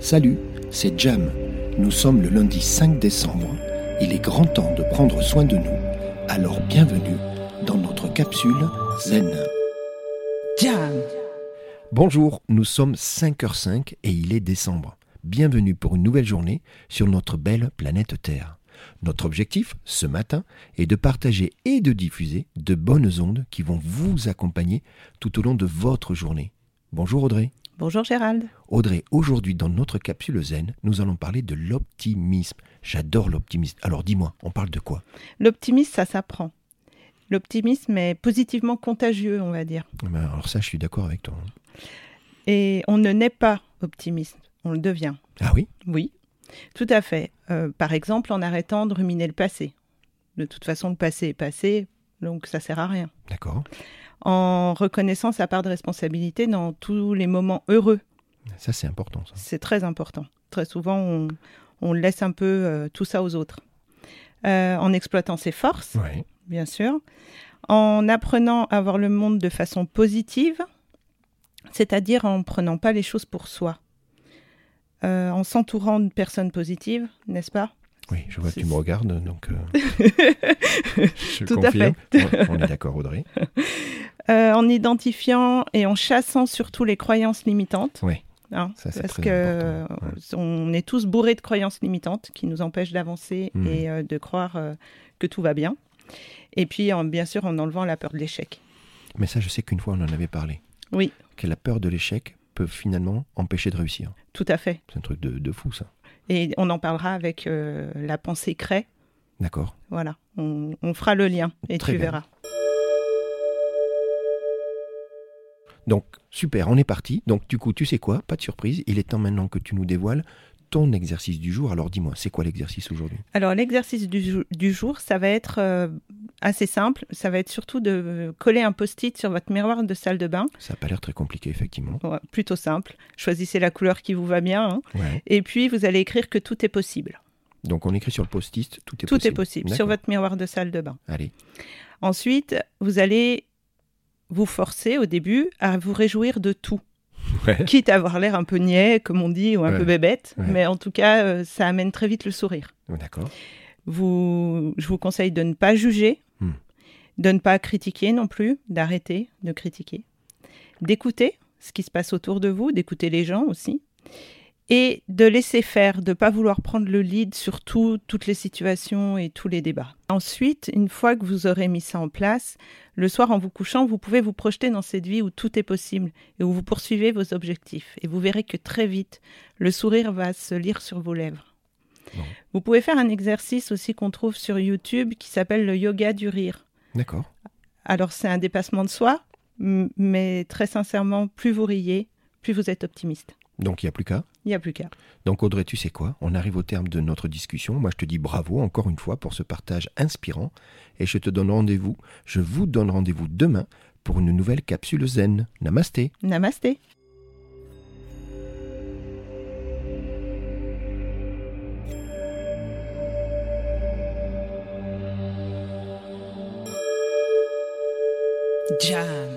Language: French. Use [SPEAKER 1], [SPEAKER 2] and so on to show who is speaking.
[SPEAKER 1] Salut, c'est Jam. Nous sommes le lundi 5 décembre. Il est grand temps de prendre soin de nous. Alors bienvenue dans notre capsule Zen.
[SPEAKER 2] Jam
[SPEAKER 1] Bonjour, nous sommes 5h05 et il est décembre. Bienvenue pour une nouvelle journée sur notre belle planète Terre. Notre objectif, ce matin, est de partager et de diffuser de bonnes ondes qui vont vous accompagner tout au long de votre journée. Bonjour Audrey.
[SPEAKER 2] Bonjour Gérald.
[SPEAKER 1] Audrey, aujourd'hui dans notre capsule zen, nous allons parler de l'optimisme. J'adore l'optimisme. Alors dis-moi, on parle de quoi
[SPEAKER 2] L'optimisme, ça s'apprend. L'optimisme est positivement contagieux, on va dire.
[SPEAKER 1] Eh ben, Alors ça, je suis d'accord avec toi. hein.
[SPEAKER 2] Et on ne naît pas optimiste, on le devient.
[SPEAKER 1] Ah oui
[SPEAKER 2] Oui, tout à fait. Euh, par exemple, en arrêtant de ruminer le passé. De toute façon, le passé est passé, donc ça sert à rien.
[SPEAKER 1] D'accord.
[SPEAKER 2] En reconnaissant sa part de responsabilité dans tous les moments heureux,
[SPEAKER 1] Ça, c'est important. Ça.
[SPEAKER 2] c'est très important. Très souvent, on, on laisse un peu euh, tout ça aux autres. Euh, en exploitant ses forces,
[SPEAKER 1] Oui.
[SPEAKER 2] bien sûr, en apprenant à voir le monde de façon positive, c'est-à-dire en prenant pas les choses pour soi, Euh, en s'entourant de personnes positives, n'est-ce pas
[SPEAKER 1] Oui, je vois que tu me
[SPEAKER 2] C'est-
[SPEAKER 1] regardes, donc euh, je
[SPEAKER 2] Tout à
[SPEAKER 1] confirme. Ouais, on est d'accord, Audrey.
[SPEAKER 2] Euh, En identifiant et en chassant surtout les croyances limitantes.
[SPEAKER 1] Oui.
[SPEAKER 2] hein,
[SPEAKER 1] Ça, c'est
[SPEAKER 2] parce
[SPEAKER 1] très
[SPEAKER 2] que
[SPEAKER 1] important, ouais.
[SPEAKER 2] euh, on est tous bourrés de croyances limitantes qui nous empêchent d'avancer
[SPEAKER 1] Mhm.
[SPEAKER 2] et euh, de croire euh, que tout va bien. Et puis, en- bien sûr, en enlevant la peur de l'échec.
[SPEAKER 1] Mais ça, je sais qu'une fois, on en avait parlé.
[SPEAKER 2] Oui.
[SPEAKER 1] Que la peur de l'échec peut finalement empêcher de réussir.
[SPEAKER 2] Tout à fait.
[SPEAKER 1] C'est un truc de, de fou, ça.
[SPEAKER 2] Et on en parlera avec euh, la pensée crée.
[SPEAKER 1] D'accord.
[SPEAKER 2] Voilà, on, on fera le lien et
[SPEAKER 1] Très
[SPEAKER 2] tu
[SPEAKER 1] bien.
[SPEAKER 2] verras.
[SPEAKER 1] Donc, super, on est parti. Donc, du coup, tu sais quoi Pas de surprise. Il est temps maintenant que tu nous dévoiles ton exercice du jour. Alors, dis-moi, c'est quoi l'exercice aujourd'hui
[SPEAKER 2] Alors l'exercice du, jou- du jour, ça va être euh, assez simple. Ça va être surtout de coller un post-it sur votre miroir de salle de bain.
[SPEAKER 1] Ça n'a pas l'air très compliqué, effectivement.
[SPEAKER 2] Ouais, plutôt simple. Choisissez la couleur qui vous va bien. hein.
[SPEAKER 1] Ouais.
[SPEAKER 2] Et puis vous allez écrire que tout est possible.
[SPEAKER 1] Donc, on écrit sur le post-it, tout est
[SPEAKER 2] tout
[SPEAKER 1] possible.
[SPEAKER 2] est possible sur
[SPEAKER 1] D'accord.
[SPEAKER 2] votre miroir de salle de bain.
[SPEAKER 1] Allez,
[SPEAKER 2] Ensuite, vous allez vous forcer au début à vous réjouir de tout.
[SPEAKER 1] Ouais.
[SPEAKER 2] Quitte à avoir l'air un peu niais, comme on dit, ou un
[SPEAKER 1] Ouais.
[SPEAKER 2] peu bébête.
[SPEAKER 1] Ouais.
[SPEAKER 2] Mais en tout cas, euh, ça amène très vite le sourire.
[SPEAKER 1] Oh, d'accord.
[SPEAKER 2] Vous, je vous conseille de ne pas juger,
[SPEAKER 1] Hmm.
[SPEAKER 2] de ne pas critiquer non plus, d'arrêter de critiquer, d'écouter ce qui se passe autour de vous, d'écouter les gens aussi, et de laisser faire, de ne pas vouloir prendre le lead sur tout, toutes les situations et tous les débats. Ensuite, une fois que vous aurez mis ça en place, le soir en vous couchant, vous pouvez vous projeter dans cette vie où tout est possible et où vous poursuivez vos objectifs. Et vous verrez que très vite, le sourire va se lire sur vos lèvres. Vous pouvez faire un exercice aussi qu'on trouve sur YouTube qui s'appelle le yoga du rire.
[SPEAKER 1] D'accord.
[SPEAKER 2] Alors c'est un dépassement de soi, m- mais très sincèrement, plus vous riez, plus vous êtes optimiste.
[SPEAKER 1] Donc, il n'y a plus qu'à.
[SPEAKER 2] Il n'y a plus qu'à.
[SPEAKER 1] Donc Audrey, tu sais quoi On arrive au terme de notre discussion. Moi, je te dis bravo encore une fois pour ce partage inspirant et je te donne rendez-vous, je vous donne rendez-vous demain pour une nouvelle capsule zen. Namasté
[SPEAKER 2] Namasté.
[SPEAKER 3] Jam.